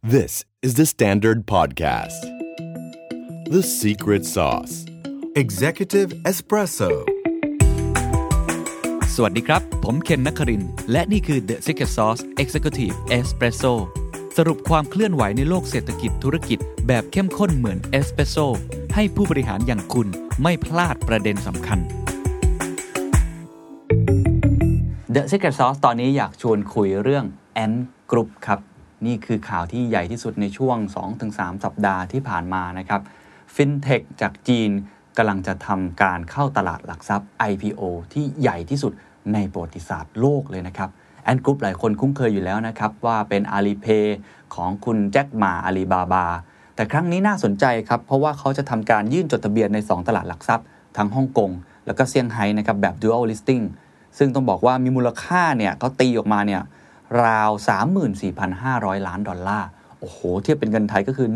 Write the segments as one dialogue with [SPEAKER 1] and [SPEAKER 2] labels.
[SPEAKER 1] This is the Standard Podcast. The Secret Sauce Executive Espresso.
[SPEAKER 2] สวัสดีครับ ผมเคนนักครินทร์และนี่คือ The Secret Sauce Executive Espresso สรุปความเคลื่อนไหวในโลกเศรษฐกิจธุรกิจแบบเข้มข้นเหมือนเอสเปรสโซให้ผู้บริหารอย่างคุณไม่พลาดประเด็นสำคัญ The Secret Sauce ตอนนี้อยากชวนคุยเรื่อง Ant Group ครับ นี่คือข่าวที่ใหญ่ที่สุดในช่วง 2-3 สัปดาห์ที่ผ่านมานะครับ FinTech จากจีนกำลังจะทำการเข้าตลาดหลักทรัพย์ IPO ที่ใหญ่ที่สุดในประวัติศาสตร์โลกเลยนะครับ Ant Group หลายคนคุ้นเคยอยู่แล้วนะครับ ว่าเป็น Alipay ของคุณแจ็คหมาอาลีบาบา แต่ครั้งนี้น่าสนใจครับ เพราะว่าเขาจะทำการยื่นจดทะเบียนใน 2 ตลาดหลักทรัพย์ ทั้งฮ่องกง แล้วก็เซี่ยงไฮ้นะครับแบบ dual listing ซึ่งต้องบอกว่ามีมูลค่าเนี่ยเขาตีออกมาเนี่ยราว 34,500 ล้านดอลลาร์ โอ้โห เทียบเป็นเงินไทยก็คือ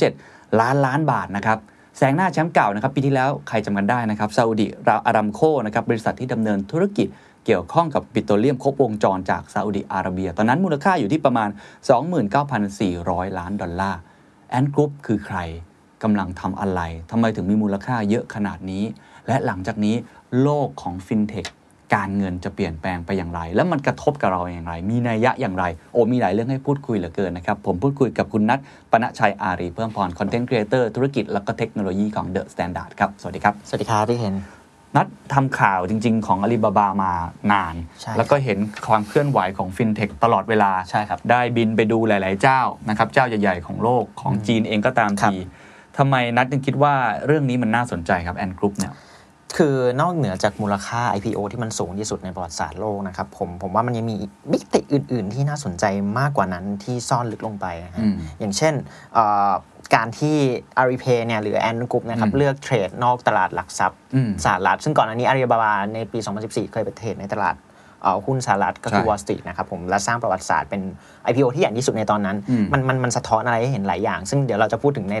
[SPEAKER 2] 1.07 ล้านล้านบาทนะครับ แซงหน้าแชมป์เก่านะครับ ปีที่แล้วใครจำกันได้นะครับซาอุดิอารัมโคนะครับ บริษัทที่ดำเนินธุรกิจเกี่ยวข้องกับปิโตรเลียมครบวงจรจากซาอุดิอาระเบีย ตอนนั้นมูลค่าอยู่ที่ประมาณ 29,400 ล้านดอลลาร์ แอนกรุ๊ปคือใครกำลังทำอะไรทำไมถึงมีมูลค่าเยอะขนาดนี้ และหลังจากนี้โลกของฟินเทคการเงินจะเปลี่ยนแปลงไปอย่างไร และมันกระทบกับเราอย่างไร มีนัยยะอย่างไร โอ้มีหลายเรื่องให้พูดคุยเหลือเกินนะครับ ผมพูดคุยกับคุณนัทปณชัยอารีเพิ่มพรคอนเทนต์ครีเอเตอร์ธุรกิจและก็เทคโนโลยีของ The Standard ครับ สวัสดีครับ
[SPEAKER 3] สวัสดีครับพี่เห็น
[SPEAKER 2] นัดทำข่าวจริง ๆ ของอาลีบาบามานาน
[SPEAKER 3] ใช่ครับ
[SPEAKER 2] แล้วก็เห็นความเคลื่อนไหวของฟินเทคตลอดเวลา
[SPEAKER 3] ใช่ครับ
[SPEAKER 2] ได้บินไปดูหลาย ๆ เจ้านะครับเจ้าใหญ่ ๆ ของโลกของจีนเองก็ตาม
[SPEAKER 3] ครับ
[SPEAKER 2] ทีทำไมนัดยังคิดว่าเรื่องนี้มันน่าสนใจครับแอนกรุ๊ปเนี่ย
[SPEAKER 3] คือนอกเหนือจากมูลค่า IPO ที่มันสูงที่สุดในประวัติศาสตร์โลกนะครับผมผมว่ามันยังมีมิติอื่น ๆ ที่น่าสนใจมากกว่านั้นที่ซ่อนลึกลงไปนะฮะ
[SPEAKER 2] อืม
[SPEAKER 3] อย่างเช่นเอ่อการที่ a r i p a y เนี่ยหรือ a n Group นะครับ
[SPEAKER 2] อืม
[SPEAKER 3] เลือกเทรดนอกตลาดหลักทรัพย์
[SPEAKER 2] อืม
[SPEAKER 3] สหรัฐซึ่งก่อนอันนี้อาลีบาบาในปี 2014 เคยไปเทรดในตลาดเอ่อหุ้นสหรัฐก็คือ
[SPEAKER 2] ใช่
[SPEAKER 3] Wall Street นะครับผมและสร้างประวัติศาสตร์เป็น IPO ที่ใหญ่ที่สุดในตอนนั้น
[SPEAKER 2] อืม
[SPEAKER 3] มันมันมันสะท้อนอะไรให้เห็นหลายอย่าง ซึ่งเดี๋ยวเราจะพูดถึงใน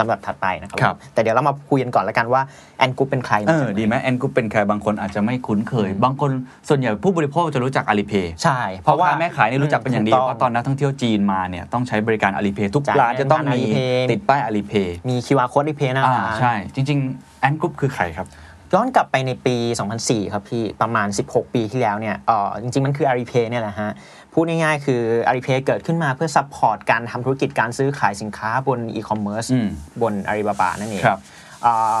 [SPEAKER 3] ลำดับถัดไปนะครับ
[SPEAKER 2] ครับ
[SPEAKER 3] แต่เดี๋ยวเรามาคุยกันก่อนละกันว่า a n Group เป็นใครมา
[SPEAKER 2] เอ
[SPEAKER 3] จาก
[SPEAKER 2] อ
[SPEAKER 3] ไหน
[SPEAKER 2] ดีไหมแอนกรุ๊ปเป็นใครบางคนอาจจะไม่คุ้นเคย บางคนส่วนใหญ่ผู้บริโภคจะรู้จักอาลีเพย์
[SPEAKER 3] ใช่
[SPEAKER 2] เพราะว่าแม่ขายนี่รู้จักเป็นอย่างดี
[SPEAKER 3] ถู
[SPEAKER 2] เพราะตอนนักท่องเที่ยวจีนมาเนี่ยต้องใช้บริการอาลีเพย์ทุก
[SPEAKER 3] จ่าย
[SPEAKER 2] ร้านจะต้อง
[SPEAKER 3] เงิน
[SPEAKER 2] มี
[SPEAKER 3] ผ่าน Alipay
[SPEAKER 2] ติดป้ายอาลีเพย์
[SPEAKER 3] มี QR code ที่เพย์หน้า
[SPEAKER 2] อ่า
[SPEAKER 3] ร้าน
[SPEAKER 2] ใช่จริงๆแอนกรุ๊ปคือใครครับ
[SPEAKER 3] ย้อนกลับไปในปี 2004 ครับพี่ ประมาณ 16 ปีที่แล้วเนี่ยเออจริง ๆ มันคือ Alipay เนี่ยแหละฮะ พูดง่ายๆ คือ Alipay เกิดขึ้นมาเพื่อซัพพอร์ตการทำธุรกิจการซื้อขายสินค้าบนอีคอมเมิร์ซ
[SPEAKER 2] อืม
[SPEAKER 3] บน Alibaba นั่นเอง
[SPEAKER 2] ครับ
[SPEAKER 3] เอ่อ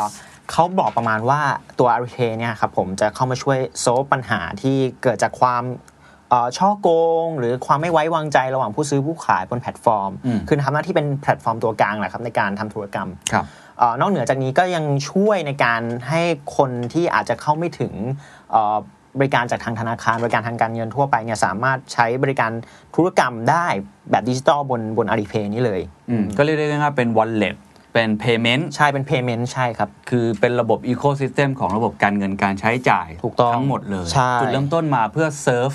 [SPEAKER 3] เขาบอกประมาณว่าตัว r าริเทเนี่ยครับผมจะเข้ามาช่วยโซฟปัญหาที่เกิดจากความเอ่อช่อโกง หรือความไม่ไว้วางใจระหว่างผู้ซื้อผู้ขายบนแพลตฟอร์ม
[SPEAKER 2] อืม
[SPEAKER 3] คือทำหน้าที่เป็นแพลตฟอร์มตัวกลางแหละครับในการทำธุรกรรม
[SPEAKER 2] ครับ
[SPEAKER 3] เอ่อนอกเหนือจากนี้ก็ยังช่วยในการให้คนที่อาจจะเข้าไม่ถึงเอ่อบริการจากทางธนาคาร บริการทางการเงินทั่วไปเนี่ยสามารถใช้บริการธุรกรรมได้แบบดิจิตอลบนบนอาริเพนี้เลย
[SPEAKER 2] อืมก็เรียกได้ว่าเป็น wallet เป็น payment
[SPEAKER 3] ใช่เป็น payment ใช่ครับ
[SPEAKER 2] คือเป็นระบบ ecosystem ของระบบการเงินการใช้จ่าย
[SPEAKER 3] ถูกต้อง
[SPEAKER 2] ทั้งหมดเลย
[SPEAKER 3] ใช่
[SPEAKER 2] จุดเริ่มต้นมาเพื่อเซิร์ฟ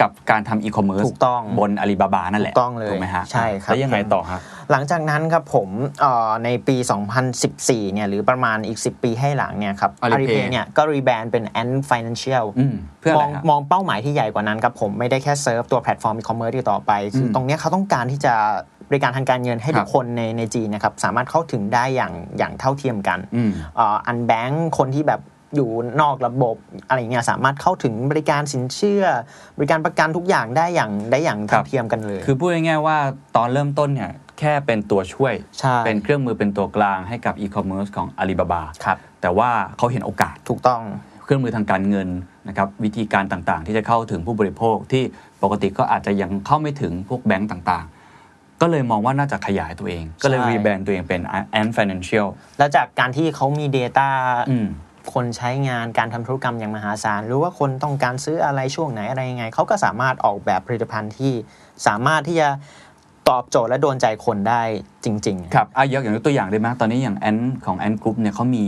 [SPEAKER 2] กับการทำ e-commerce
[SPEAKER 3] ถูกต้อง
[SPEAKER 2] บนอาลีบาบานั่นแหละ
[SPEAKER 3] ถูกต้องเลย
[SPEAKER 2] ถูกไหมฮะ
[SPEAKER 3] ใช่ครับ
[SPEAKER 2] แล้วยังไงต่อครับ
[SPEAKER 3] หลังจากนั้นครับผมเอ่อในปี 2014 เนี่ยหรือประมาณอีก 10 ปีให้หลังเนี่ยครับ
[SPEAKER 2] Alipay
[SPEAKER 3] เนี่ยก็รีแบรนด์เป็น Ant Financial
[SPEAKER 2] อืมเพื่ออะ
[SPEAKER 3] ม
[SPEAKER 2] ไร
[SPEAKER 3] อง
[SPEAKER 2] ครับ
[SPEAKER 3] มองเป้าหมายที่ใหญ่กว่านั้นครับผมไม่ได้แค่เซิร์ฟตัวแพลตฟอร์มอีคอมเมิร์ซที่ต่อไป คืออ
[SPEAKER 2] ม
[SPEAKER 3] ตรงเนี้ยเขาต้องการที่จะบริการทางการเงินให้
[SPEAKER 2] ครับ
[SPEAKER 3] ทุกคนในในจีนนะครับสามารถเข้าถึงได้อย่างอย่างเท่าเทียมกัน
[SPEAKER 2] อืม
[SPEAKER 3] อันแบงค์คนที่แบบอยู่นอกระบบอะไรอย่างเงี้ยสามารถเข้าถึงบริการสินเชื่อ บริการประกันทุกอย่างได้อย่างได้อย่าง
[SPEAKER 2] ครั
[SPEAKER 3] เท่า
[SPEAKER 2] บ
[SPEAKER 3] เทียมกันเลย
[SPEAKER 2] คือพูดง่ายๆว่าตอนเริ่มต้นเนี่ยแค่เป็นตัวช่วย
[SPEAKER 3] ใช่
[SPEAKER 2] เป็นเครื่องมือเป็นตัวกลางให้กับ e-commerce ของอาลีบาบา
[SPEAKER 3] ครับ
[SPEAKER 2] แต่ว่าเขาเห็นโอกาส
[SPEAKER 3] ถูกต้อง
[SPEAKER 2] เครื่องมือทางการเงินนะครับวิธีการต่างๆ ที่จะเข้าถึงผู้บริโภคที่ปกติก็อาจจะยังเข้าไม่ถึงพวกแบงก์ต่างๆ ก็เลยมองว่าน่าจะขยายตัวเอง ก็เลย
[SPEAKER 3] ใช่
[SPEAKER 2] รีแบรนด์ตัวเองเป็น Ant Financial
[SPEAKER 3] แล้วจากการที่เขามี Data
[SPEAKER 2] อืม
[SPEAKER 3] คนใช้งานการทำธุรกรรมอย่างมหาศาล หรือว่าคนต้องการซื้ออะไรช่วงไหนอะไรยังไง เขาก็สามารถออกแบบผลิตภัณฑ์ที่สามารถที่จะตอบโจทย์และโดนใจคนได้จริง ๆ
[SPEAKER 2] ครับอ่ะยกอย่างยกตัวอย่างได้ไหมตอนนี้อย่างแอนของแอนกรุ๊ปเนี่ยเขามี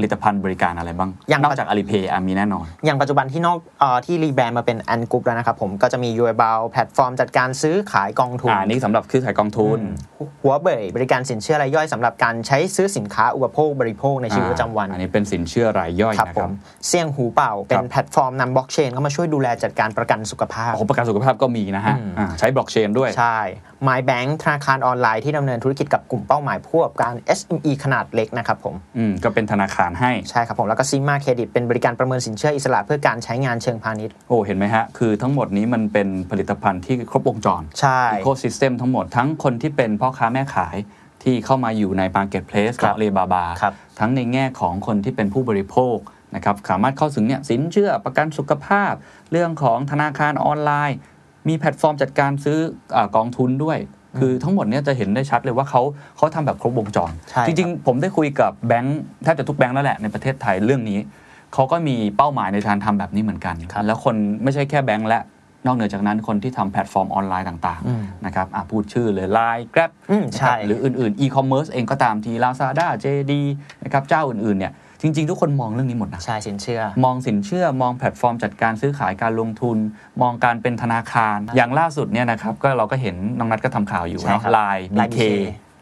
[SPEAKER 2] ผลิตภัณฑ์บริการอะไรบ้าง
[SPEAKER 3] อย่าง
[SPEAKER 2] นอกจาก Alipay อ่ะมีแน่นอน
[SPEAKER 3] อย่างปัจจุบันที่นอกเอ่อที่รีแบรนด์มาเป็นแอนกรุ๊ปแล้วนะครับผมก็จะมียูเอ o าแพลตฟอร์มจัดการซื้อขายกองทุน
[SPEAKER 2] อ่านี่สำหรับคือขายกองทุน
[SPEAKER 3] หัวเบยบริการสินเชื่อรายย่อยสำหรับการใช้ซื้อสินค้าอุปโภคบริโภคในชีวิตประจำวัน
[SPEAKER 2] อ่าอันนี้เป็นสินเชื่อรายย่อย
[SPEAKER 3] ครับ
[SPEAKER 2] นะ
[SPEAKER 3] ผ
[SPEAKER 2] ครับ
[SPEAKER 3] มเสี่ยงหูเป่าเป็
[SPEAKER 2] ครั
[SPEAKER 3] น
[SPEAKER 2] บ
[SPEAKER 3] แพลตฟอร์มนำบล็อกเชนเข้ามาช่วยดูแลจัดการประกันสุขภาพ
[SPEAKER 2] โอ้โหประกันสุขภาพก็มีนะฮะ
[SPEAKER 3] อืม
[SPEAKER 2] อ่าใช้บล็อกเชนด้วย
[SPEAKER 3] ใช่ My Bank ธนาคารออนไลน์ที่ดำเนินธุรกิจกับกลุ่มเป้าหมายผู้ประกอบการ SME ขนาดเล็กนะครับผม
[SPEAKER 2] อืมก็เป็นธนาคารให้
[SPEAKER 3] ใช่ครับผม แล้วก็ซิมาเครดิตเป็นบริการประเมินสินเชื่ออิสระเพื่อการใช้งานเชิงพาณิชย์
[SPEAKER 2] โอ้ เห็นไหมฮะ คือทั้งหมดนี้มันเป็นผลิตภัณฑ์ที่ครบวงจร
[SPEAKER 3] ใช่
[SPEAKER 2] อีโคซิสเต็มทั้งหมดทั้งคนที่เป็นพ่อค้าแม่ขายที่เข้ามาอยู่ใน Marketplace
[SPEAKER 3] ครั
[SPEAKER 2] ข
[SPEAKER 3] บ
[SPEAKER 2] อง Alibaba
[SPEAKER 3] ครับ
[SPEAKER 2] ทั้งในแง่ของคนที่เป็นผู้บริโภคนะครับสามารถเข้าถึงเนี่ยสินเชื่อประกันสุขภาพ เรื่องของธนาคารออนไลน์ มีแพลตฟอร์มจัดการซื้ออากองทุนด้วย คือทั้งหมดเนี่ยจะเห็นได้ชัดเลยว่าเขาเขาทำแบบครบวงจร
[SPEAKER 3] ใช่
[SPEAKER 2] จริง ๆ ผมได้คุยกับแบงค์แทบจะทุกแบงค์แล้วแหละในประเทศไทยเรื่องนี้เขาก็มีเป้าหมายในการทำแบบนี้เหมือนกัน
[SPEAKER 3] ครับ
[SPEAKER 2] แล้วคนไม่ใช่แค่แบงค์และนอกเหนือจากนั้นคนที่ทำแพลตฟอร์มออนไลน์ต่าง
[SPEAKER 3] อืม
[SPEAKER 2] ๆ นะครับอ่ะพูดชื่อเลย Line Grab
[SPEAKER 3] อืมใช่
[SPEAKER 2] นะครับหรืออื่นๆ e-commerce เองก็ตามที Lazada JD นะครับเจ้าอื่น ๆ เนี่ย จริง ๆ ทุกคนมองเรื่องนี้หมดนะ
[SPEAKER 3] ใช่สินเชื่อ
[SPEAKER 2] มองสินเชื่อมองแพลตฟอร์มจัดการซื้อขายการลงทุน มองการเป็นธนาคาร อย่างล่าสุดเนี่ยนะครับ ก็เราก็เห็นน้องนัทก็ทำข่าวอยู่
[SPEAKER 3] ใช่
[SPEAKER 2] นะครับไลน์
[SPEAKER 3] Line
[SPEAKER 2] BK
[SPEAKER 3] BK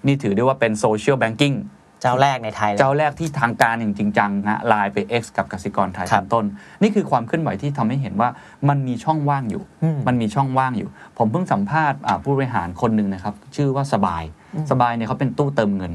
[SPEAKER 2] นี่ถือได้ว่าเป็นโซเชียลแบงกิ้ง
[SPEAKER 3] เจ้าแรกในไทยเลย
[SPEAKER 2] เจ้าแรกที่ทางการอย่างจริงจังนะไลน์ไป X กับกสิกรไทย
[SPEAKER 3] ครั
[SPEAKER 2] เป็
[SPEAKER 3] บ
[SPEAKER 2] นต้น นี่คือความเคลื่อนไหวที่ทำให้เห็นว่ามันมีช่องว่างอยู่
[SPEAKER 3] อืม
[SPEAKER 2] มันมีช่องว่างอยู่ ผมเพิ่งสัมภาษณ์อ่าผู้บริหารคนหนึ่งนะครับ ชื่อว่าสบายสบายเนี่ยเขาเป็นตู้เติมเงิน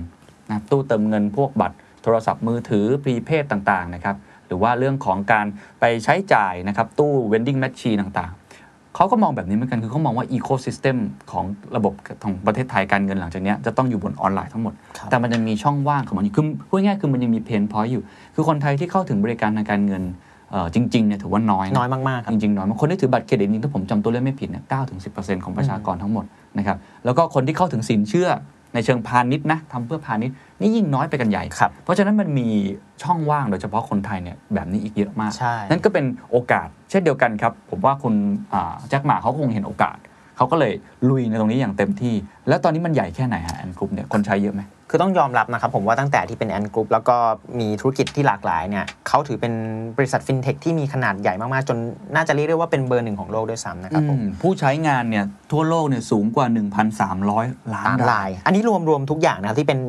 [SPEAKER 2] นะครับตู้เติมเงินพวกบัตรโทรศัพท์มือถือพรีเพดต่างๆนะครับหรือว่าเรื่องของการไปใช้จ่ายนะครับตู้เวนดิ้งแมชชีต่างๆเขาก็มองแบบนี้เหมือนกันคือเขามองว่าอีโคซิสเต็มของระบบของประเทศไทยการเงินหลังจากเนี้ยจะต้องอยู่บนออนไลน์ทั้งหมด
[SPEAKER 3] ครับ
[SPEAKER 2] แต่มันยังมีช่องว่างของมันอยู่คือพูดง่ายๆคือมันยังมีเพนพอยต์อยู่ คือคนไทยที่เข้าถึงบริการทางการเงินเอ่อจริงๆเนี่ยถือว่าน้อยะ
[SPEAKER 3] น้อยมากๆครั บ
[SPEAKER 2] จริงๆน้อยบางคนที่ถือบัตรเครดิตจริงๆถ้าผมจำตัวเลขไม่ผิดเนี่ยเก้าถึงสิของประชากรทั้งหมดนะครับ แล้วก็คนที่เข้าถึงสินเชื่อในเชิงพาณิชย์นะทำเพื่อพาณิชย์นี่ยิ่งน้อยไปกันใหญ่
[SPEAKER 3] ครับ
[SPEAKER 2] เพราะฉะนั้นมันมีช่องว่างโดยเฉพาะคนไทยเนี่ยแบบนี้อีกเยอะมาก
[SPEAKER 3] ใช่
[SPEAKER 2] นั่นก็เป็นโอกาสเช่นเดียวกันครับ ผมว่าคุณอ่าแจ็คหมาเขาคงเห็นโอกาส เขาก็เลยลุยในตรงนี้อย่างเต็มที่ แล้วตอนนี้มันใหญ่แค่ไหนฮะแอนกรุ๊ปเนี่ยคนใช้เยอะไหม
[SPEAKER 3] คือต้องยอมรับนะครับผมว่าตั้งแต่ที่เป็นแอนกรุ๊ปแล้วก็มีธุรกิจที่หลากหลายเนี่ยเขาถือเป็นบริษัทฟินเทคที่มีขนาดใหญ่มากๆ จนน่าจะเรียกได้ว่าเป็นเบอร์หนึ่งของโลกด้วยซ้ำนะครับผม
[SPEAKER 2] อืมผู้ใช้งานเนี่ย ทั่วโลกเนี่ยสูงกว่า 1,300 ล้าน
[SPEAKER 3] ตาม
[SPEAKER 2] ราย
[SPEAKER 3] ลาย อันนี้รวมรวมๆทุกอย่างนะครับที่เป็น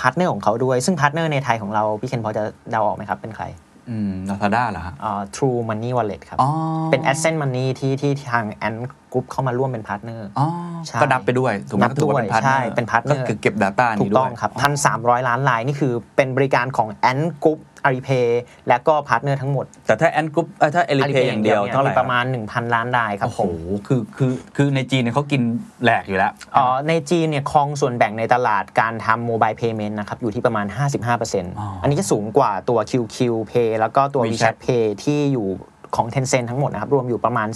[SPEAKER 3] พาร์ทเนอร์ของเขาด้วย ซึ่งพาร์ทเนอร์ในไทยของเรา พี่เคนพอจะเดาออกไหมครับเป็นใคร
[SPEAKER 2] อืมลาซาด้าเหรอฮะ
[SPEAKER 3] เอ่อ True Money Wallet ครับ
[SPEAKER 2] อ๋อ
[SPEAKER 3] เป็น a s c e n t Money ที่ที่ทางแอนกรุ๊ปเข้ามาร่วมเป็นพาร์ทเนอร์
[SPEAKER 2] อ๋อ
[SPEAKER 3] ใช่
[SPEAKER 2] ก็นับไปด้วยถูกไหม
[SPEAKER 3] นับ
[SPEAKER 2] ก็ถือว่าเป็นพาร์ทเนอร์
[SPEAKER 3] ใช่เป็น partner
[SPEAKER 2] ก็คือเก็บ Data
[SPEAKER 3] ถู
[SPEAKER 2] นี้ด้
[SPEAKER 3] ก
[SPEAKER 2] วย
[SPEAKER 3] ต้องครับพันสามร้อยล้านลายนี่คือเป็นบริการของแอนกรุ๊ปอารีเพย์และก็พาร์ทเนอร์ทั้งหมด
[SPEAKER 2] แต่ถ้าแอนกรุ๊ปถ้าเอลิเพ
[SPEAKER 3] Alipay
[SPEAKER 2] อย่างเดียว
[SPEAKER 3] นี่
[SPEAKER 2] เท่าไหร่
[SPEAKER 3] มีประมาณ 1,000 ล้านรายครับ
[SPEAKER 2] โอ้
[SPEAKER 3] ผ
[SPEAKER 2] โห
[SPEAKER 3] ม
[SPEAKER 2] คือคือคือในจีนเนี่ยเขากินแหลกอยู่แล้ว
[SPEAKER 3] เอ่อในจีนเนี่ยครองส่วนแบ่งในตลาดการทำโมบายเพย์เมนต์นะครับอยู่ที่ประมาณ 55%อันนี้จะสูงกว่าตัว QQ Pay แล้วก็ตัว
[SPEAKER 2] WeChat
[SPEAKER 3] WeChat Pay ที่อยู่ของ Tencent ทั้งหมดนะครับ รวมอยู่ประมาณ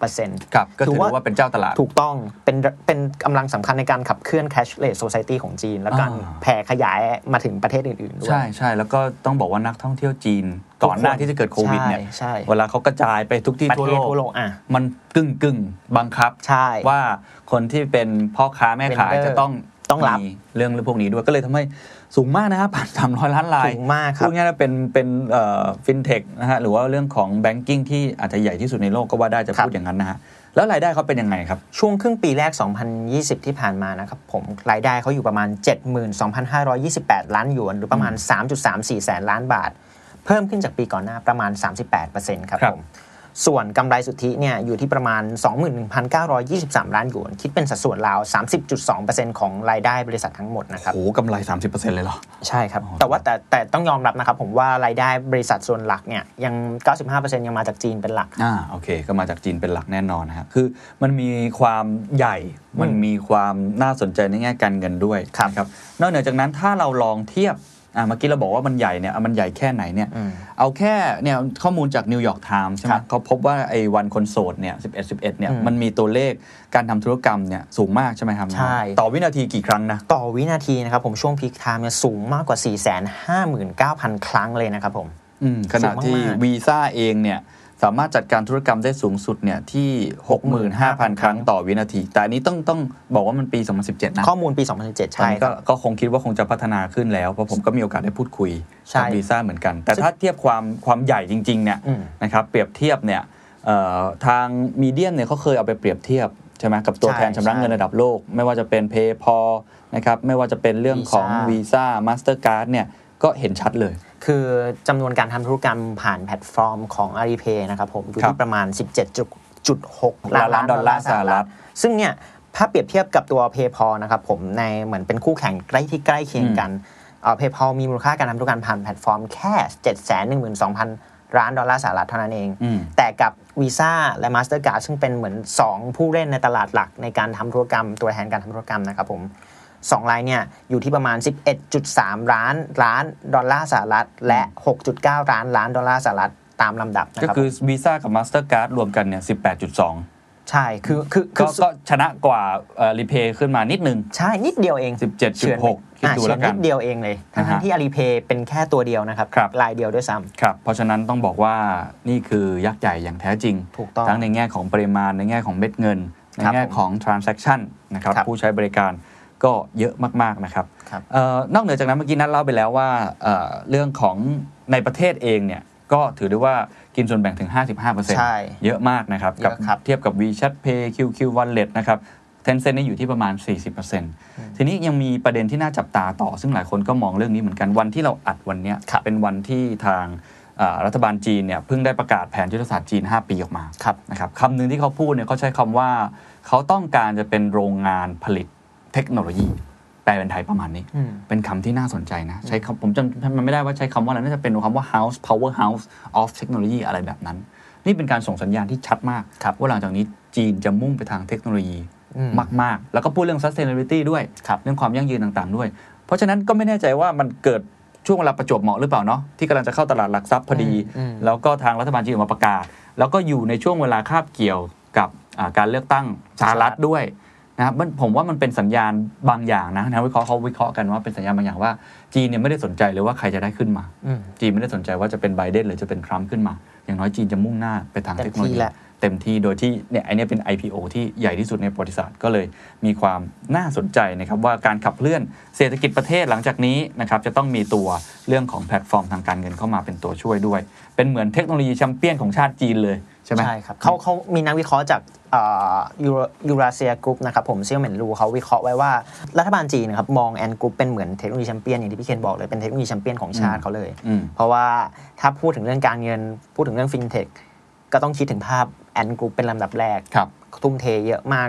[SPEAKER 3] 40%
[SPEAKER 2] ครับก็ถือ
[SPEAKER 3] ถือว่า
[SPEAKER 2] ว่าเป็นเจ้าตลาด
[SPEAKER 3] ถูกต้องเป็นเป็นกำลังสำคัญในการขับเคลื่อน cashless society ของจีน และการ
[SPEAKER 2] อ่า
[SPEAKER 3] แผ่ขยายมาถึงประเทศอื่น ๆ ด้วย
[SPEAKER 2] ใช่ใช่แล้วก็ต้องบอกว่านักท่องเที่ยวจีน
[SPEAKER 3] ทุกคน
[SPEAKER 2] ก่อนหน้าที่จะเกิดโควิดเนี่ย
[SPEAKER 3] ใช่ใช่
[SPEAKER 2] เวลาเขากระจายไปทุกที่
[SPEAKER 3] ประ
[SPEAKER 2] ทั่ว
[SPEAKER 3] เท
[SPEAKER 2] โล
[SPEAKER 3] ศ
[SPEAKER 2] ก
[SPEAKER 3] ทั่วโลกอ่ะ
[SPEAKER 2] มันกึ่งกึ่งๆบังคับ
[SPEAKER 3] ใช่
[SPEAKER 2] ว่าคนที่เป็นพ่อค้าแม่ขาย
[SPEAKER 3] Vendor
[SPEAKER 2] จะต้อง
[SPEAKER 3] ต้องรับ
[SPEAKER 2] มีเรื่องเรื่องพวกนี้ด้วยก็เลยทำให้สูงมากนะครับผ่านสามร้อยล้านลาย
[SPEAKER 3] สูงมากครับ
[SPEAKER 2] พูดง่ายๆเป็นเป็นฟินเทคนะฮะหรือว่าเรื่องของแบงกิ้งที่อาจจะใหญ่ที่สุดในโลกก็ว่าได้จะพูดอย่างนั้นนะฮะแล้วรายได้เขาเป็นยังไงครับ
[SPEAKER 3] ช่วงครึ่งปีแรก 2020 ที่ผ่านมานะครับผม รายได้เขาอยู่ประมาณ 72,528 ล้านหยวน หรือประมาณ 3.34 แสนล้านบาท เพิ่มขึ้นจากปีก่อนหน้าประมาณ 38%ครับ
[SPEAKER 2] ครับ
[SPEAKER 3] ผม ส่วนกำไรสุทธิเนี่ยอยู่ที่ประมาณ 21,923 ล้านหยวน คิดเป็นสัดส่วนราว 30.2%ของรายได้บริษัททั้งหมดนะครับ
[SPEAKER 2] โอ้โหกำไร 30%เลยเหรอ
[SPEAKER 3] ใช่ครับ
[SPEAKER 2] อ๋อ
[SPEAKER 3] แต่ว่าแต่แต่ต้องยอมรับนะครับผมว่ารายได้บริษัทส่วนหลักเนี่ยยัง 95%ยังมาจากจีนเป็นหลัก
[SPEAKER 2] อ่าโอเค ก็มาจากจีนเป็นหลักแน่นอนนะฮะคือมันมีความใหญ่มันมีความน่าสนใจในแง่การเงินด้วย
[SPEAKER 3] ครับ
[SPEAKER 2] นะครับนอกเหนือจากนั้นถ้าเราลองเทียบอ่าเมื่อกี้เราบอกว่ามันใหญ่เนี่ยอ่ะมันใหญ่แค่ไหนเนี่ย
[SPEAKER 3] อืม
[SPEAKER 2] เอาแค่เนี่ยข้อมูลจากนิวยอร์กไทม์ใช่ไหม
[SPEAKER 3] ครับ
[SPEAKER 2] เขาพบว่าไอ้วันคนโสดเนี่ย11 11เนี่ย
[SPEAKER 3] อืม
[SPEAKER 2] มันมีตัวเลขการทำธุรกรรมเนี่ยสูงมากใช่ไหมครับ
[SPEAKER 3] ใช่
[SPEAKER 2] ต่อวินาทีกี่ครั้งนะ
[SPEAKER 3] ต่อวินาทีนะครับผมช่วงพีคไทม์เนี่ยสูงมากกว่า 459,000 ครั้งเลยนะครับผม
[SPEAKER 2] อืมขณะที่
[SPEAKER 3] สูงมากๆ
[SPEAKER 2] วีซ่าเองเนี่ยสามารถจัดการธุรกรรมได้สูงสุดเนี่ยที่ 65,000 ครั้งต่อวินาที แต่อันนี้ต้องต้องบอกว่ามันปี 2017 นะ
[SPEAKER 3] ข้อมูลปี 2017
[SPEAKER 2] ตอน
[SPEAKER 3] ใช่
[SPEAKER 2] นี้
[SPEAKER 3] ค
[SPEAKER 2] ก็
[SPEAKER 3] รับ
[SPEAKER 2] ก็คงคิดว่าคงจะพัฒนาขึ้นแล้ว เพราะผมก็มีโอกาสได้พูดคุย
[SPEAKER 3] ใช่
[SPEAKER 2] กับวีซ่าเหมือนกัน แต่ถ้าเทียบความความใหญ่จริงๆเนี่ย
[SPEAKER 3] อืม
[SPEAKER 2] นะครับเปรียบเทียบเนี่ยเอ่อทางมีเดียมเนี่ยเขาเคยเอาไปเปรียบเทียบใช่ไหมกับตัว
[SPEAKER 3] ใช่
[SPEAKER 2] แทนชำระเงิน
[SPEAKER 3] ใช่
[SPEAKER 2] ระดับโลก ไม่ว่าจะเป็น PayPal นะครับไม่ว่าจะเป็นเรื่องของ
[SPEAKER 3] Visa
[SPEAKER 2] Visa Mastercard เนี่ยก็เห็นชัดเลย
[SPEAKER 3] คือจำนวนการทำธุรกรรมผ่านแพลตฟอร์มของ Alipay นะครับผมอยู่
[SPEAKER 2] ครับ
[SPEAKER 3] ที่ประมาณ 17.6 ล้าน
[SPEAKER 2] ล้านดอลลาร์สหรัฐ
[SPEAKER 3] ซึ่งเนี่ย ถ้าเปรียบเทียบกับตัว PayPal นะครับผมในเหมือนเป็นคู่แข่งใกล้ที่ใกล้เคียงกันเอ่อ PayPal มีมูลค่าการทำธุรกรรมผ่านแพลตฟอร์มแค่ 712,000 ล้านดอลลาร์สหรัฐเท่านั้นเอง
[SPEAKER 2] อืม
[SPEAKER 3] แต่กับ Visa และ Mastercard ซึ่งเป็นเหมือน 2 ผู้เล่นในตลาดหลักในการทำธุรกรรมตัวแทนการทำธุรกรรมนะครับผมสองรายเนี่ยอยู่ที่ประมาณ 11.3 ล้านล้านดอลลาร์สหรัฐและ 6.9 ล้านล้านดอลลาร์สหรัฐตามลำดับนะ
[SPEAKER 2] ก็
[SPEAKER 3] ครับ
[SPEAKER 2] คือวีซ่ากับมาสเตอร์การ์ดรวมกันเนี่ย 18.2
[SPEAKER 3] ใช่คือคือคื
[SPEAKER 2] ก็
[SPEAKER 3] อ
[SPEAKER 2] ก็ชนะกว่ารีเพย์ขึ้นมานิดนึง
[SPEAKER 3] ใช่ นิดเดียวเอง
[SPEAKER 2] 17.6
[SPEAKER 3] เฉือนไป
[SPEAKER 2] คิดดู
[SPEAKER 3] อ่ะเฉื
[SPEAKER 2] แล้
[SPEAKER 3] อน
[SPEAKER 2] วกัน
[SPEAKER 3] นิดเดียวเองเลย ทั้ง
[SPEAKER 2] อ่าฮะ
[SPEAKER 3] ๆที่อาลีเพย์เป็นแค่ตัวเดียวนะครับ
[SPEAKER 2] ครับ
[SPEAKER 3] ลายเดียวด้วยซ้
[SPEAKER 2] ครับ เพราะฉะนั้นต้องบอกว่านี่คือยักษ์ใหญ่อย่างแท้จริง
[SPEAKER 3] ถูกต้อง
[SPEAKER 2] ทั้งในแง่ของปริมาณในแง่ของเม็ดเงิน ใน
[SPEAKER 3] ครับ
[SPEAKER 2] แง่ของ transaction นะครับ
[SPEAKER 3] ครับ
[SPEAKER 2] ผู้ใช้บริการก็เยอะมาก ๆ นะครับ
[SPEAKER 3] ครับ
[SPEAKER 2] เออนอกเหนือจากนั้นเมื่อกี้นัทเล่าไปแล้วว่าเอ่อเรื่องของในประเทศเองเนี่ยก็ถือได้ว่ากินส่วนแบ่งถึง 55%
[SPEAKER 3] ใช่
[SPEAKER 2] เยอะมากนะครับ
[SPEAKER 3] เย
[SPEAKER 2] กั
[SPEAKER 3] อะครับ
[SPEAKER 2] เทียบกับ WeChat Pay QQ Wallet นะครับ Tencent นี่อยู่ที่ประมาณ 40%ทีนี้ยังมีประเด็นที่น่าจับตาต่อ ซึ่งหลายคนก็มองเรื่องนี้เหมือนกันวันที่เราอัดวันเนี้ย
[SPEAKER 3] ครับ
[SPEAKER 2] เป็นวันที่ทางเอ่อรัฐบาลจีนเนี่ยเพิ่งได้ประกาศแผนยุทธศาสตร์จีน 5 ปีออกมา
[SPEAKER 3] ำครับ
[SPEAKER 2] นะครับคำหนึ่งที่เขาพูดเนี่ยเขาใช้คำว่า เขาต้องการจะเป็นโรงงานผลิตเทคโนโลยี แปลเป็นไทยประมาณนี้
[SPEAKER 3] อืม
[SPEAKER 2] เป็นคำที่น่าสนใจนะ ใช้คำผมจำมันไม่ได้ว่าใช้คำว่าอะไรน่าจะเป็นคำว่า house power house of technology อะไรแบบนั้น นี่เป็นการส่งสัญญาณที่ชัดมาก
[SPEAKER 3] ครับ
[SPEAKER 2] ว่าหลังจากนี้จีนจะมุ่งไปทางเทคโนโลยี
[SPEAKER 3] อืม
[SPEAKER 2] มาก ๆ แล้วก็พูดเรื่อง sustainability ด้วย
[SPEAKER 3] ครับ
[SPEAKER 2] เรื่องความยั่งยืนต่างๆด้วย เพราะฉะนั้นก็ไม่แน่ใจว่ามันเกิดช่วงเวลาประจวบเหมาะหรือเปล่าเนาะที่กำลังจะเข้าตลาดหลักทรัพย์พอดี
[SPEAKER 3] อืมอืม
[SPEAKER 2] แล้วก็ทางรัฐบาลจีนออกมาประกาศ แล้วก็อยู่ในช่วงเวลาคาบเกี่ยวกับอ่าการเลือกตั้งสหรัฐด้วยนะครับมันผมว่ามันเป็นสัญญาณบางอย่างนะนะวิเคราะห์เขาวิเคราะห์กันว่าเป็นสัญญาณบางอย่างว่าจีนเนี่ยไม่ได้สนใจเลยว่าใครจะได้ขึ้นมา
[SPEAKER 3] อืม
[SPEAKER 2] จีนไม่ได้สนใจว่าจะเป็นไบเดนหรือจะเป็นทรัมป์ขึ้นมา อย่างน้อยจีนจะมุ่งหน้าไปทางเท
[SPEAKER 3] เต็ม
[SPEAKER 2] คโนโล
[SPEAKER 3] ที่
[SPEAKER 2] ยี
[SPEAKER 3] แหละ
[SPEAKER 2] เต็มที่โดยที่เนี่ยไอเนี้ยเป็น IPO ที่ใหญ่ที่สุดในประวัติศาสตร์ก็เลยมีความน่าสนใจนะครับว่าการขับเคลื่อนเศรษฐกิจประเทศหลังจากนี้นะครับจะต้องมีตัวเรื่องของแพลตฟอร์มทางการเงินเข้ามาเป็นตัวช่วยด้วย เป็นเหมือนเทคโนโลยีแชมเปี้ยนของชาติจีนเลยใช่ไหม
[SPEAKER 3] ใช่ครับเขาเขามีนักวิเคราะห์จากยูราเซียกรุ๊ปนะครับผมเซียวเหม็นรูเขาวิเคราะห์ไว้ว่ารัฐบาลจีนนะครับมองแอนกรุ๊ปเป็นเหมือนเทคโนโลยีแชมเปี้ยนอย่างที่พี่เคนบอกเลยเป็นเทคโนโลยีแชมเปี้ยนของชาติเขาเลย
[SPEAKER 2] อืม
[SPEAKER 3] เพราะว่าถ้าพูดถึงเรื่องการเงินพูดถึงเรื่องฟินเทคก็ต้องคิดถึงภาพแอนกรุ๊ปเป็นลำดับแรก
[SPEAKER 2] ครับ
[SPEAKER 3] ทุ่มเทเยอะมาก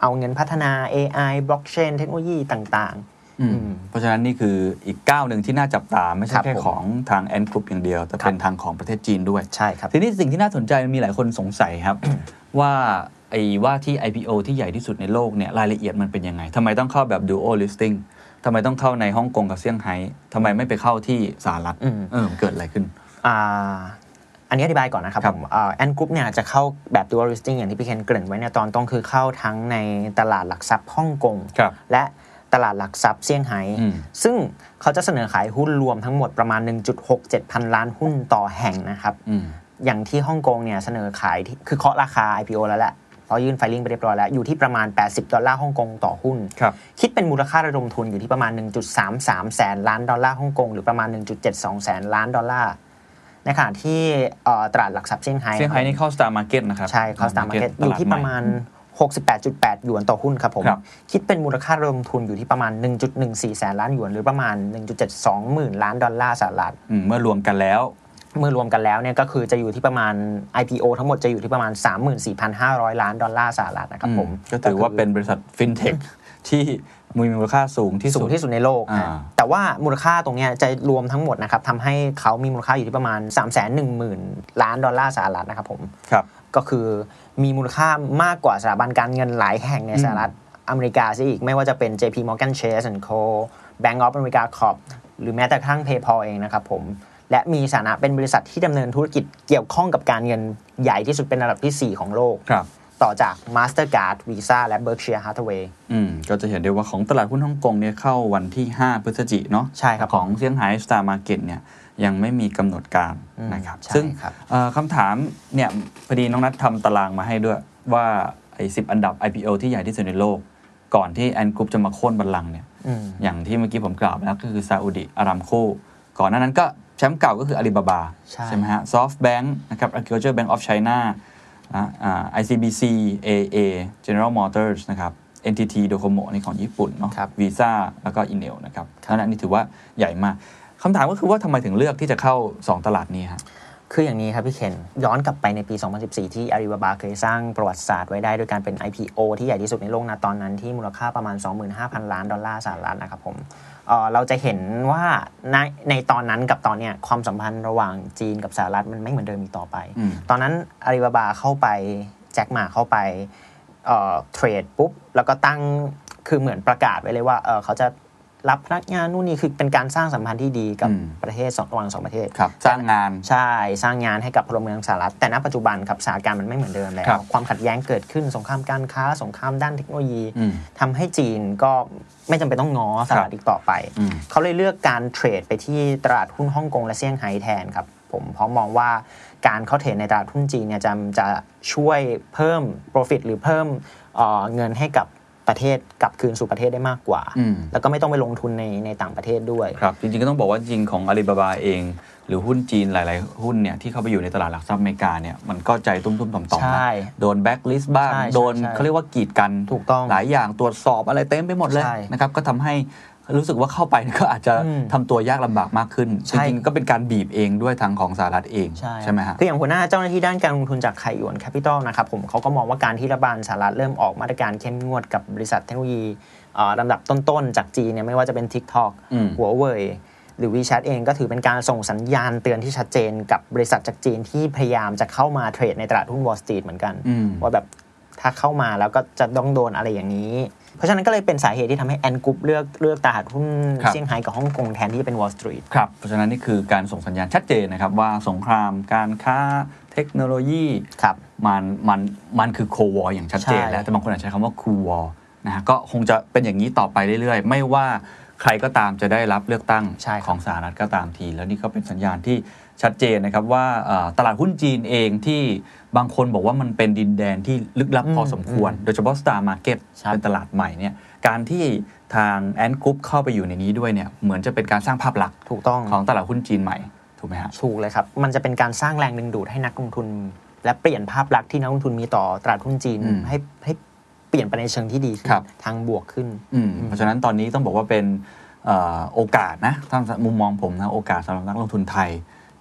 [SPEAKER 3] เอาเงินพัฒนา AI blockchain เทคโนโลยีต่าง
[SPEAKER 2] อืม
[SPEAKER 3] อืม
[SPEAKER 2] เพราะฉะนั้นนี่คืออีกก้าวหนึ่งที่น่าจับตาไม่ใช่
[SPEAKER 3] ครับ
[SPEAKER 2] แค่
[SPEAKER 3] ผม
[SPEAKER 2] ของทางแอนกรุ๊ปอย่างเดียว แต่
[SPEAKER 3] ครับ
[SPEAKER 2] เป็นทางของประเทศจีนด้วย
[SPEAKER 3] ๆ ใช่ครับ
[SPEAKER 2] ทีนี้สิ่งที่น่าสนใจมีหลายคนสงสัยครับ ว่าไอ้ว่าที่ IPO ที่ใหญ่ที่สุดในโลกเนี่ยรายละเอียดมันเป็นยังไงทำไมต้องเข้าแบบ dual listing ทำไมต้องเข้าในฮ่องกงกับเซี่ยงไฮ้ทำไมไม่ไปเข้าที่สหรัฐ
[SPEAKER 3] อืม
[SPEAKER 2] เออมันเกิดอะไรขึ้น
[SPEAKER 3] อ่าอันนี้อธิบายก่อนนะครับ
[SPEAKER 2] ครั
[SPEAKER 3] ผ
[SPEAKER 2] บ
[SPEAKER 3] มแอนกรุ๊ปเนี่ยจะเข้าแบบ dual listing อย่างที่พี่เคนเกริ่นไว้ในตอนต้นคือเข้าทั้งในตลาดหลักทรัพย์ฮ่องกง
[SPEAKER 2] ครับ
[SPEAKER 3] และตลาดหลักทรัพย์เซี่ยงไฮ้
[SPEAKER 2] อืม
[SPEAKER 3] ซึ่งเขาจะเสนอขายหุ้นรวมทั้งหมดประมาณ 1.67 พันล้านหุ้นต่อแห่งนะครับ
[SPEAKER 2] อืม
[SPEAKER 3] อย่างที่ฮ่องกงเนี่ยเสนอขายที่คือเคาะราคา IPO แล้วแหละเพราะยื่นไฟลิ่งไปเรียบร้อยแล้ว อยู่ที่ประมาณ 80 ดอลลาร์ฮ่องกงต่อหุ้น
[SPEAKER 2] ครับ
[SPEAKER 3] คิดเป็นมูลค่าระดมทุนอยู่ที่ประมาณ 1.33 แสนล้านดอลลาร์ฮ่องกง หรือประมาณ 1.72 แสนล้านดอลลาร์ ในขณะที่เอ่อตลาดหลักทรัพย์เซี่ยงไฮ้
[SPEAKER 2] เซี่ยงไฮ้นี่เข้า Star Market นะครับ
[SPEAKER 3] ใช่เขาสตาร์มาร์เก็ตอยู่ที่ประมา
[SPEAKER 2] ตลด
[SPEAKER 3] ณ 68.8 หยวนต่อหุ้นครับผม
[SPEAKER 2] ครับ
[SPEAKER 3] คิดเป็นมูลค่าระดมทุนอยู่ที่ประมาณ 1.14 แสนล้านหยวน หรือประมาณ 1.72หมื่นล้านดอลลาร์สหรัฐ
[SPEAKER 2] อืมเมื่อรวมกันแล้ว
[SPEAKER 3] เมื่อรวมกันแล้วเนี่ยก็คือจะอยู่ที่ประมาณ IPO ทั้งหมดจะอยู่ที่ประมาณ 34,500 ล้านดอลลาร์สหรัฐนะครับผม
[SPEAKER 2] ก็ถือว่าเป็นบริษัทฟินเทคที่มีมูลค่าสูงที่
[SPEAKER 3] สู
[SPEAKER 2] สุ
[SPEAKER 3] ง
[SPEAKER 2] ด
[SPEAKER 3] ที่สุดในโลก
[SPEAKER 2] อ่า
[SPEAKER 3] ฮะแต่ว่ามูลค่าตรงเนี้ยจะรวมทั้งหมดนะครับทำให้เขามีมูลค่าอยู่ที่ประมาณ 3 1 0 0 0 0 ล้านดอลลาร์สหรัฐนะครับผม
[SPEAKER 2] ครับ
[SPEAKER 3] ก็คือมีมูลค่ามากกว่าสถาบันการเงินหลายแห่งใน
[SPEAKER 2] อืม
[SPEAKER 3] สหรัฐอเมริกาซะอีก ไม่ว่าจะเป็น JP Morgan Chase Co Bank of America Corp หรือแม้แต่กระทั่ง PayPal เองนะครับผม และมีสถานะเป็นบริษัทที่ดำเนินธุรกิจเกี่ยวข้องกับการเงินใหญ่ที่สุดเป็นอันดับที่สี่ของโลก
[SPEAKER 2] ครับ
[SPEAKER 3] ต่อจาก Mastercard Visa และ Berkshire Hathaway
[SPEAKER 2] อืมก็จะเห็นได้ว่าของตลาดหุ้นฮ่องกงเนี่ยเข้าวันที่ 5 พฤศจิกเนาะ
[SPEAKER 3] ใช่ครับ
[SPEAKER 2] ของเซี่ยงไฮ้สตาร์มาร์เก็ตเนี่ยยังไม่มีกำหนดการ
[SPEAKER 3] อืม
[SPEAKER 2] นะครับ
[SPEAKER 3] ใช่
[SPEAKER 2] ซึ่ง
[SPEAKER 3] ครับ
[SPEAKER 2] เอ่อคำถามเนี่ยพอดีน้องนัททำตารางมาให้ด้วยว่าไอ้สิอันดับ IPO ที่ใหญ่ที่สุดในโลก ก่อนที่แอนกรุ๊ปจะมาโค่นบัลลังก์เนี่ย
[SPEAKER 3] อืม
[SPEAKER 2] อย่างที่เมื่อกี้ผมกล่าวไปแล้วก็คือซาอุดิอารามโคก่อนหน้านั้นก็แชมป์เก่าก็คืออาลีบาบา
[SPEAKER 3] ใช่
[SPEAKER 2] ไหมฮะซอฟต์แบงค์นะครับ Agriculture Bank of China นะอ่า ICBC AA General Motors นะครับ NTT Docomo นี่ของญี่ปุ่นเนาะ
[SPEAKER 3] ครับ
[SPEAKER 2] Visa แล้วก็ Inel นะครับเพราะฉะนั้นอันนี่ถือว่าใหญ่มากคำถามก็คือว่าทำไมถึงเลือกที่จะเข้า 2 ตลาดนี้ฮะ
[SPEAKER 3] คืออย่างนี้ครับพี่เคนย้อนกลับไปในปี 2014 ที่ Alibaba เคยสร้างประวัติศาสตร์ไว้ได้โดยการเป็น IPO ที่ใหญ่ที่สุดในโลกนะตอนนั้นที่มูลค่าประมาณ 25,000 ล้านดอลลาร์สหรัฐนะครับผมเอ่อเราจะเห็นว่าในในตอนนั้นกับตอนเนี้ยความสัมพันธ์ระหว่างจีนกับสหรัฐมันไม่เหมือนเดิมอีกต่อไป
[SPEAKER 2] อืม
[SPEAKER 3] ตอนนั้น Alibaba เข้าไปแจ็คมาเข้าไปเอ่อเทรดปุ๊บ แล้วก็ตั้งคือเหมือนประกาศไว้เลยว่าเอ่อเขาจะรับพนักงานนู่นนี่คือเป็นการสร้างสัมพันธ์ที่ดีกับ
[SPEAKER 2] อืม
[SPEAKER 3] ประเทศสองระหว่างสองประเทศ
[SPEAKER 2] ครับสร้างงาน
[SPEAKER 3] ใช่สร้างงานให้กับพลเมืองสหรัฐแต่ณปัจจุบันครับสถานการณ์มันไม่เหมือนเดิมแล้
[SPEAKER 2] ครั
[SPEAKER 3] ว
[SPEAKER 2] บ
[SPEAKER 3] ความขัดแย้งเกิดขึ้นสงครามการค้า สงครามด้านเทคโนโลยี
[SPEAKER 2] อืม
[SPEAKER 3] ทำให้จีนก็ไม่จำเป็นต้องง้อสหรั
[SPEAKER 2] ครั
[SPEAKER 3] ฐ
[SPEAKER 2] บ
[SPEAKER 3] อีกต่อไป
[SPEAKER 2] อืม
[SPEAKER 3] เขาเลยเลือกการเทรดไปที่ตลาดหุ้นฮ่องกงและเซี่ยงไฮ้แทนครับผมเพราะมองว่าการเข้าเทรดในตลาดหุ้นจีนเนี่ยจะจะช่วยเพิ่ม profit หรือเพิ่มเอ่อเงินให้กับประเทศกลับคืนสู่ประเทศได้มากกว่า
[SPEAKER 2] อืม
[SPEAKER 3] แล้วก็ไม่ต้องไปลงทุนในในต่างประเทศด้วย
[SPEAKER 2] ครับจริงๆก็ต้องบอกว่าจริงของอาลีบาบาเอง หรือหุ้นจีนหลายๆ หุ้นเนี่ยที่เข้าไปอยู่ในตลาดหลักทรัพย์อเมริกาเนี่ยมันก็ใจตุ้มๆต่อมๆนะ
[SPEAKER 3] ใช่
[SPEAKER 2] โดนแบ็กลิสต์บ้าง
[SPEAKER 3] ใช่ใช่
[SPEAKER 2] โดน
[SPEAKER 3] ใช่
[SPEAKER 2] เขาเรียกว่ากีดกัน
[SPEAKER 3] ถูกต้อง
[SPEAKER 2] หลายอย่างตรวจสอบอะไรเต็มไปหมดเลย
[SPEAKER 3] ใช่
[SPEAKER 2] นะครับก็ทำให้รู้สึกว่าเข้าไปก็อาจจะ
[SPEAKER 3] อืม
[SPEAKER 2] ทำตัวยากลำบากมากขึ้น
[SPEAKER 3] ใช่
[SPEAKER 2] จริงๆ ก็เป็นการบีบเองด้วยทางของสหรัฐเอง
[SPEAKER 3] ใช่
[SPEAKER 2] ไหมฮะ
[SPEAKER 3] คืออย่างหัวหน้าเจ้าหน้าที่ด้านการลงทุนจากไคหยวนแคปิตอลนะครับผมเขาก็มองว่าการที่รัฐบาลสหรัฐเริ่มออกมาตรการเข้มงวดกับบริษัทเทคโนโลยีเอ่อลำดับต้นๆ จากจีนเนี่ยไม่ว่าจะเป็น TikTok
[SPEAKER 2] อืม
[SPEAKER 3] หัวเว่ยหรือ WeChat เองก็ถือเป็นการส่งสัญญาณเตือนที่ชัดเจนกับบริษัทจากจีนที่พยายามจะเข้ามาเทรดในตลาดหุ้นวอล l สตรีทเหมือนกัน
[SPEAKER 2] อืม
[SPEAKER 3] ว่าแบบถ้าเข้ามาแล้วก็จะต้องโดนอะไรอย่างนี้ เพราะฉะนั้นก็เลยเป็นสาเหตุที่ทำให้แอนกรุ๊ปเลือกเลือกตลาดหุ้น
[SPEAKER 2] ครับ
[SPEAKER 3] เซี่ยงไฮ้กับฮ่องกงแทนที่จะเป็น Wall Street
[SPEAKER 2] ครับเพราะฉะนั้นนี่คือการส่งสัญญาณชัดเจนนะครับว่าสงครามการค้าเทคโนโลยี
[SPEAKER 3] ครับ
[SPEAKER 2] มันมันมันคือโควอลอย่างชัดเจน
[SPEAKER 3] ใช่
[SPEAKER 2] แล้ว แต่บางคนอาจจะใช้คำว่าคูวอลนะฮะก็คงจะเป็นอย่างนี้ต่อไปเรื่อยๆ ไม่ว่าใครก็ตามจะได้รับเลือกตั้ง
[SPEAKER 3] ใช่ครับ
[SPEAKER 2] ของสหรัฐก็ตามที แล้วนี่ก็เป็นสัญญาณที่ชัดเจนนะครับว่าเอ่อตลาดหุ้นจีนเองที่บางคนบอกว่ามันเป็นดินแดนที่ลึกลับ
[SPEAKER 3] อืม
[SPEAKER 2] พอสมควร โดยเฉพาะ Star Market
[SPEAKER 3] ครับ
[SPEAKER 2] เป็นตลาดใหม่เนี่ยการที่ทางแอนกรุ๊ปเข้าไปอยู่ในนี้ด้วยเนี่ยเหมือนจะเป็นการสร้างภาพลักษณ์
[SPEAKER 3] ถูกต้อง
[SPEAKER 2] ของตลาดหุ้นจีนใหม่ถูกไหมฮะ
[SPEAKER 3] ถูกเลยครับ มันจะเป็นการสร้างแรงดึงดูดให้นักลงทุน และเปลี่ยนภาพลักษณ์ที่นักลงทุนมีต่อตลาดหุ้นจีน
[SPEAKER 2] อืม
[SPEAKER 3] ให้ให้เปลี่ยนไปในเชิงที่ดีขึ้น
[SPEAKER 2] ครับ
[SPEAKER 3] ทางบวกขึ้น
[SPEAKER 2] อืมเพราะฉะนั้นตอนนี้ต้องบอกว่าเป็นเอ่อโอกาสนะตามมุมมองผมนะโอกาสสำหรับนักลงทุนไทย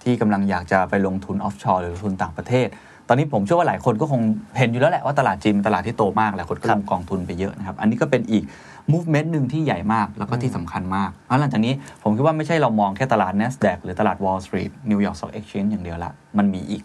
[SPEAKER 2] ที่กำลังอยากจะไปลงทุนออฟชอร์หรือลงทุนต่างประเทศ ตอนนี้ผมเชื่อว่าหลายคนก็คงเห็นอยู่แล้วแหละว่าตลาดจีนเป็นตลาดที่โตมากหลายคนก็
[SPEAKER 3] ครั
[SPEAKER 2] ล
[SPEAKER 3] บ
[SPEAKER 2] งกองทุนไปเยอะนะครับ อันนี้ก็เป็นอีก movement หนึ่งที่ใหญ่มากแล้วก็ที่สำคัญมากแล้วหลังจากนี้ผมคิดว่าไม่ใช่เรามองแค่ตลาด N a s d a q หรือตลาด Wall Street New York Stock Exchange อย่างเดียวละมันมีอีก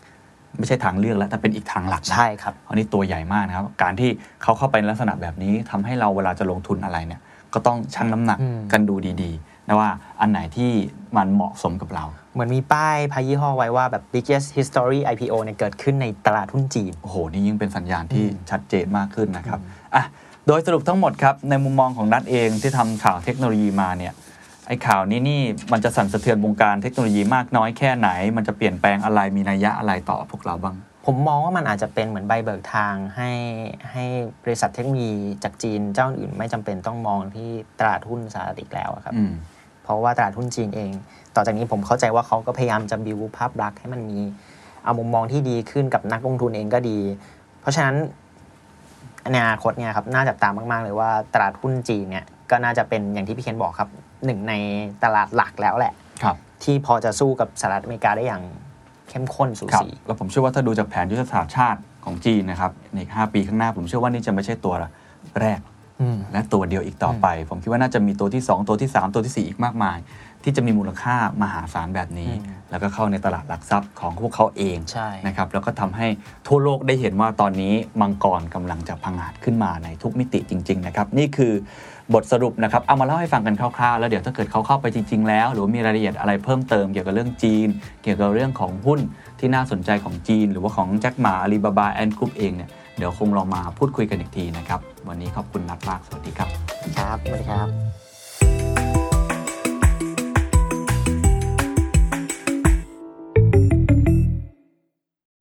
[SPEAKER 2] ไม่ใช่ทางเลือกแล้วแต่เป็นอีกทางหลักนะ
[SPEAKER 3] ใช่ครับ
[SPEAKER 2] อันนี้ตัวใหญ่มากนะครับ การที่เขาเข้าไปในลักษณะแบบนี้ทำให้เราเวลาจะลงทุนอะไรเนี่ย ก็ต้องชั่งน้ำหนัก
[SPEAKER 3] อืม
[SPEAKER 2] กันดูดีๆนะว่าอันไหนที่มันเหมาะสมกับเรา
[SPEAKER 3] เหมือนมีป้ายพายี่ห้อไว้ว่าแบบ biggest history IPO เนี่ยเกิดขึ้นในตลาดหุ้นจีน
[SPEAKER 2] โอ้โห นี่ยิ่งเป็นสัญญาณที่ชัดเจนมากขึ้นนะครับอ่ะโดยสรุปทั้งหมดครับ ในมุมมองของนัดเองที่ทำข่าวเทคโนโลยีมาเนี่ย ไอ้ข่าวนี้นี่มันจะสั่นสะเทือนวงการเทคโนโลยีมากน้อยแค่ไหน มันจะเปลี่ยนแปลงอะไร มีนัยยะอะไรต่อพวกเราบ้าง
[SPEAKER 3] ผมมองว่ามันอาจจะเป็นเหมือนใบเบิกทางให้ให้บริษัทเทคโนโลยีจากจีนเจ้าอื่นไม่จำเป็นต้องมองที่ตลาดหุ้นสหรัฐอีกแล้วอะครับ
[SPEAKER 2] อืม
[SPEAKER 3] เพราะว่าตลาดหุ้นจีนเอง ต่อจากนี้ผมเข้าใจว่าเขาก็พยายามจะบิวภาพลักษณ์ให้มันมีเอามุมมองที่ดีขึ้นกับนักลงทุนเองก็ดี เพราะฉะนั้นอนาคตเนี่ยครับน่าจับตามากๆเลยว่าตลาดหุ้นจีนเนี่ยก็น่าจะเป็นอย่างที่พี่เคนบอกครับหนึ่งในตลาดหลักแล้วแหละ
[SPEAKER 2] ครับ
[SPEAKER 3] ที่พอจะสู้กับสหรัฐอเมริกาได้อย่างเข้มข้นสู
[SPEAKER 2] ครับ
[SPEAKER 3] สี
[SPEAKER 2] แล้วผมเชื่อว่าถ้าดูจากแผนยุทธศาสตร์ชาติของจีนนะครับในอีก5ปีข้างหน้าผมเชื่อว่านี่จะไม่ใช่ตัวแรก
[SPEAKER 3] อืม
[SPEAKER 2] และตัวเดียวอีกต่อไป ผมคิดว่าน่าจะมีตัวที่ 2 ตัวที่ 3 ตัวทีสี่4 อีกมากมาย ที่จะมีมูลค่ามหาศาลแบบนี้
[SPEAKER 3] อืม
[SPEAKER 2] แล้วก็เข้าในตลาดหลักทรัพย์ของพวกเขาเอง
[SPEAKER 3] ใช่
[SPEAKER 2] นะครับแล้วก็ทำให้ทั่วโลกได้เห็นว่าตอนนี้มังกรกำลังจะพังอาจขึ้นมาในทุกมิติจริง ๆ นะครับ นี่คือบทสรุปนะครับเอามาเล่าให้ฟังกันคร่าวๆ แล้วเดี๋ยวถ้าเกิดเขาเข้าไปจริง ๆ แล้ว หรือว่ามีรายละเอียดอะไรเพิ่มเติมเกี่ยวกับเรื่องจีน เกี่ยวกับเรื่องของหุ้นที่น่าสนใจของจีน หรือว่าของแจ็คหมาอาลีบาบาแอนกรุ๊ปเองเนี่ยเดี๋ยวคงลองมาพูดคุยกันอีกทีนะครับวันนี้ขอบคุณนัดมากสวัสดีครับ
[SPEAKER 3] ครับสวัสดีครับ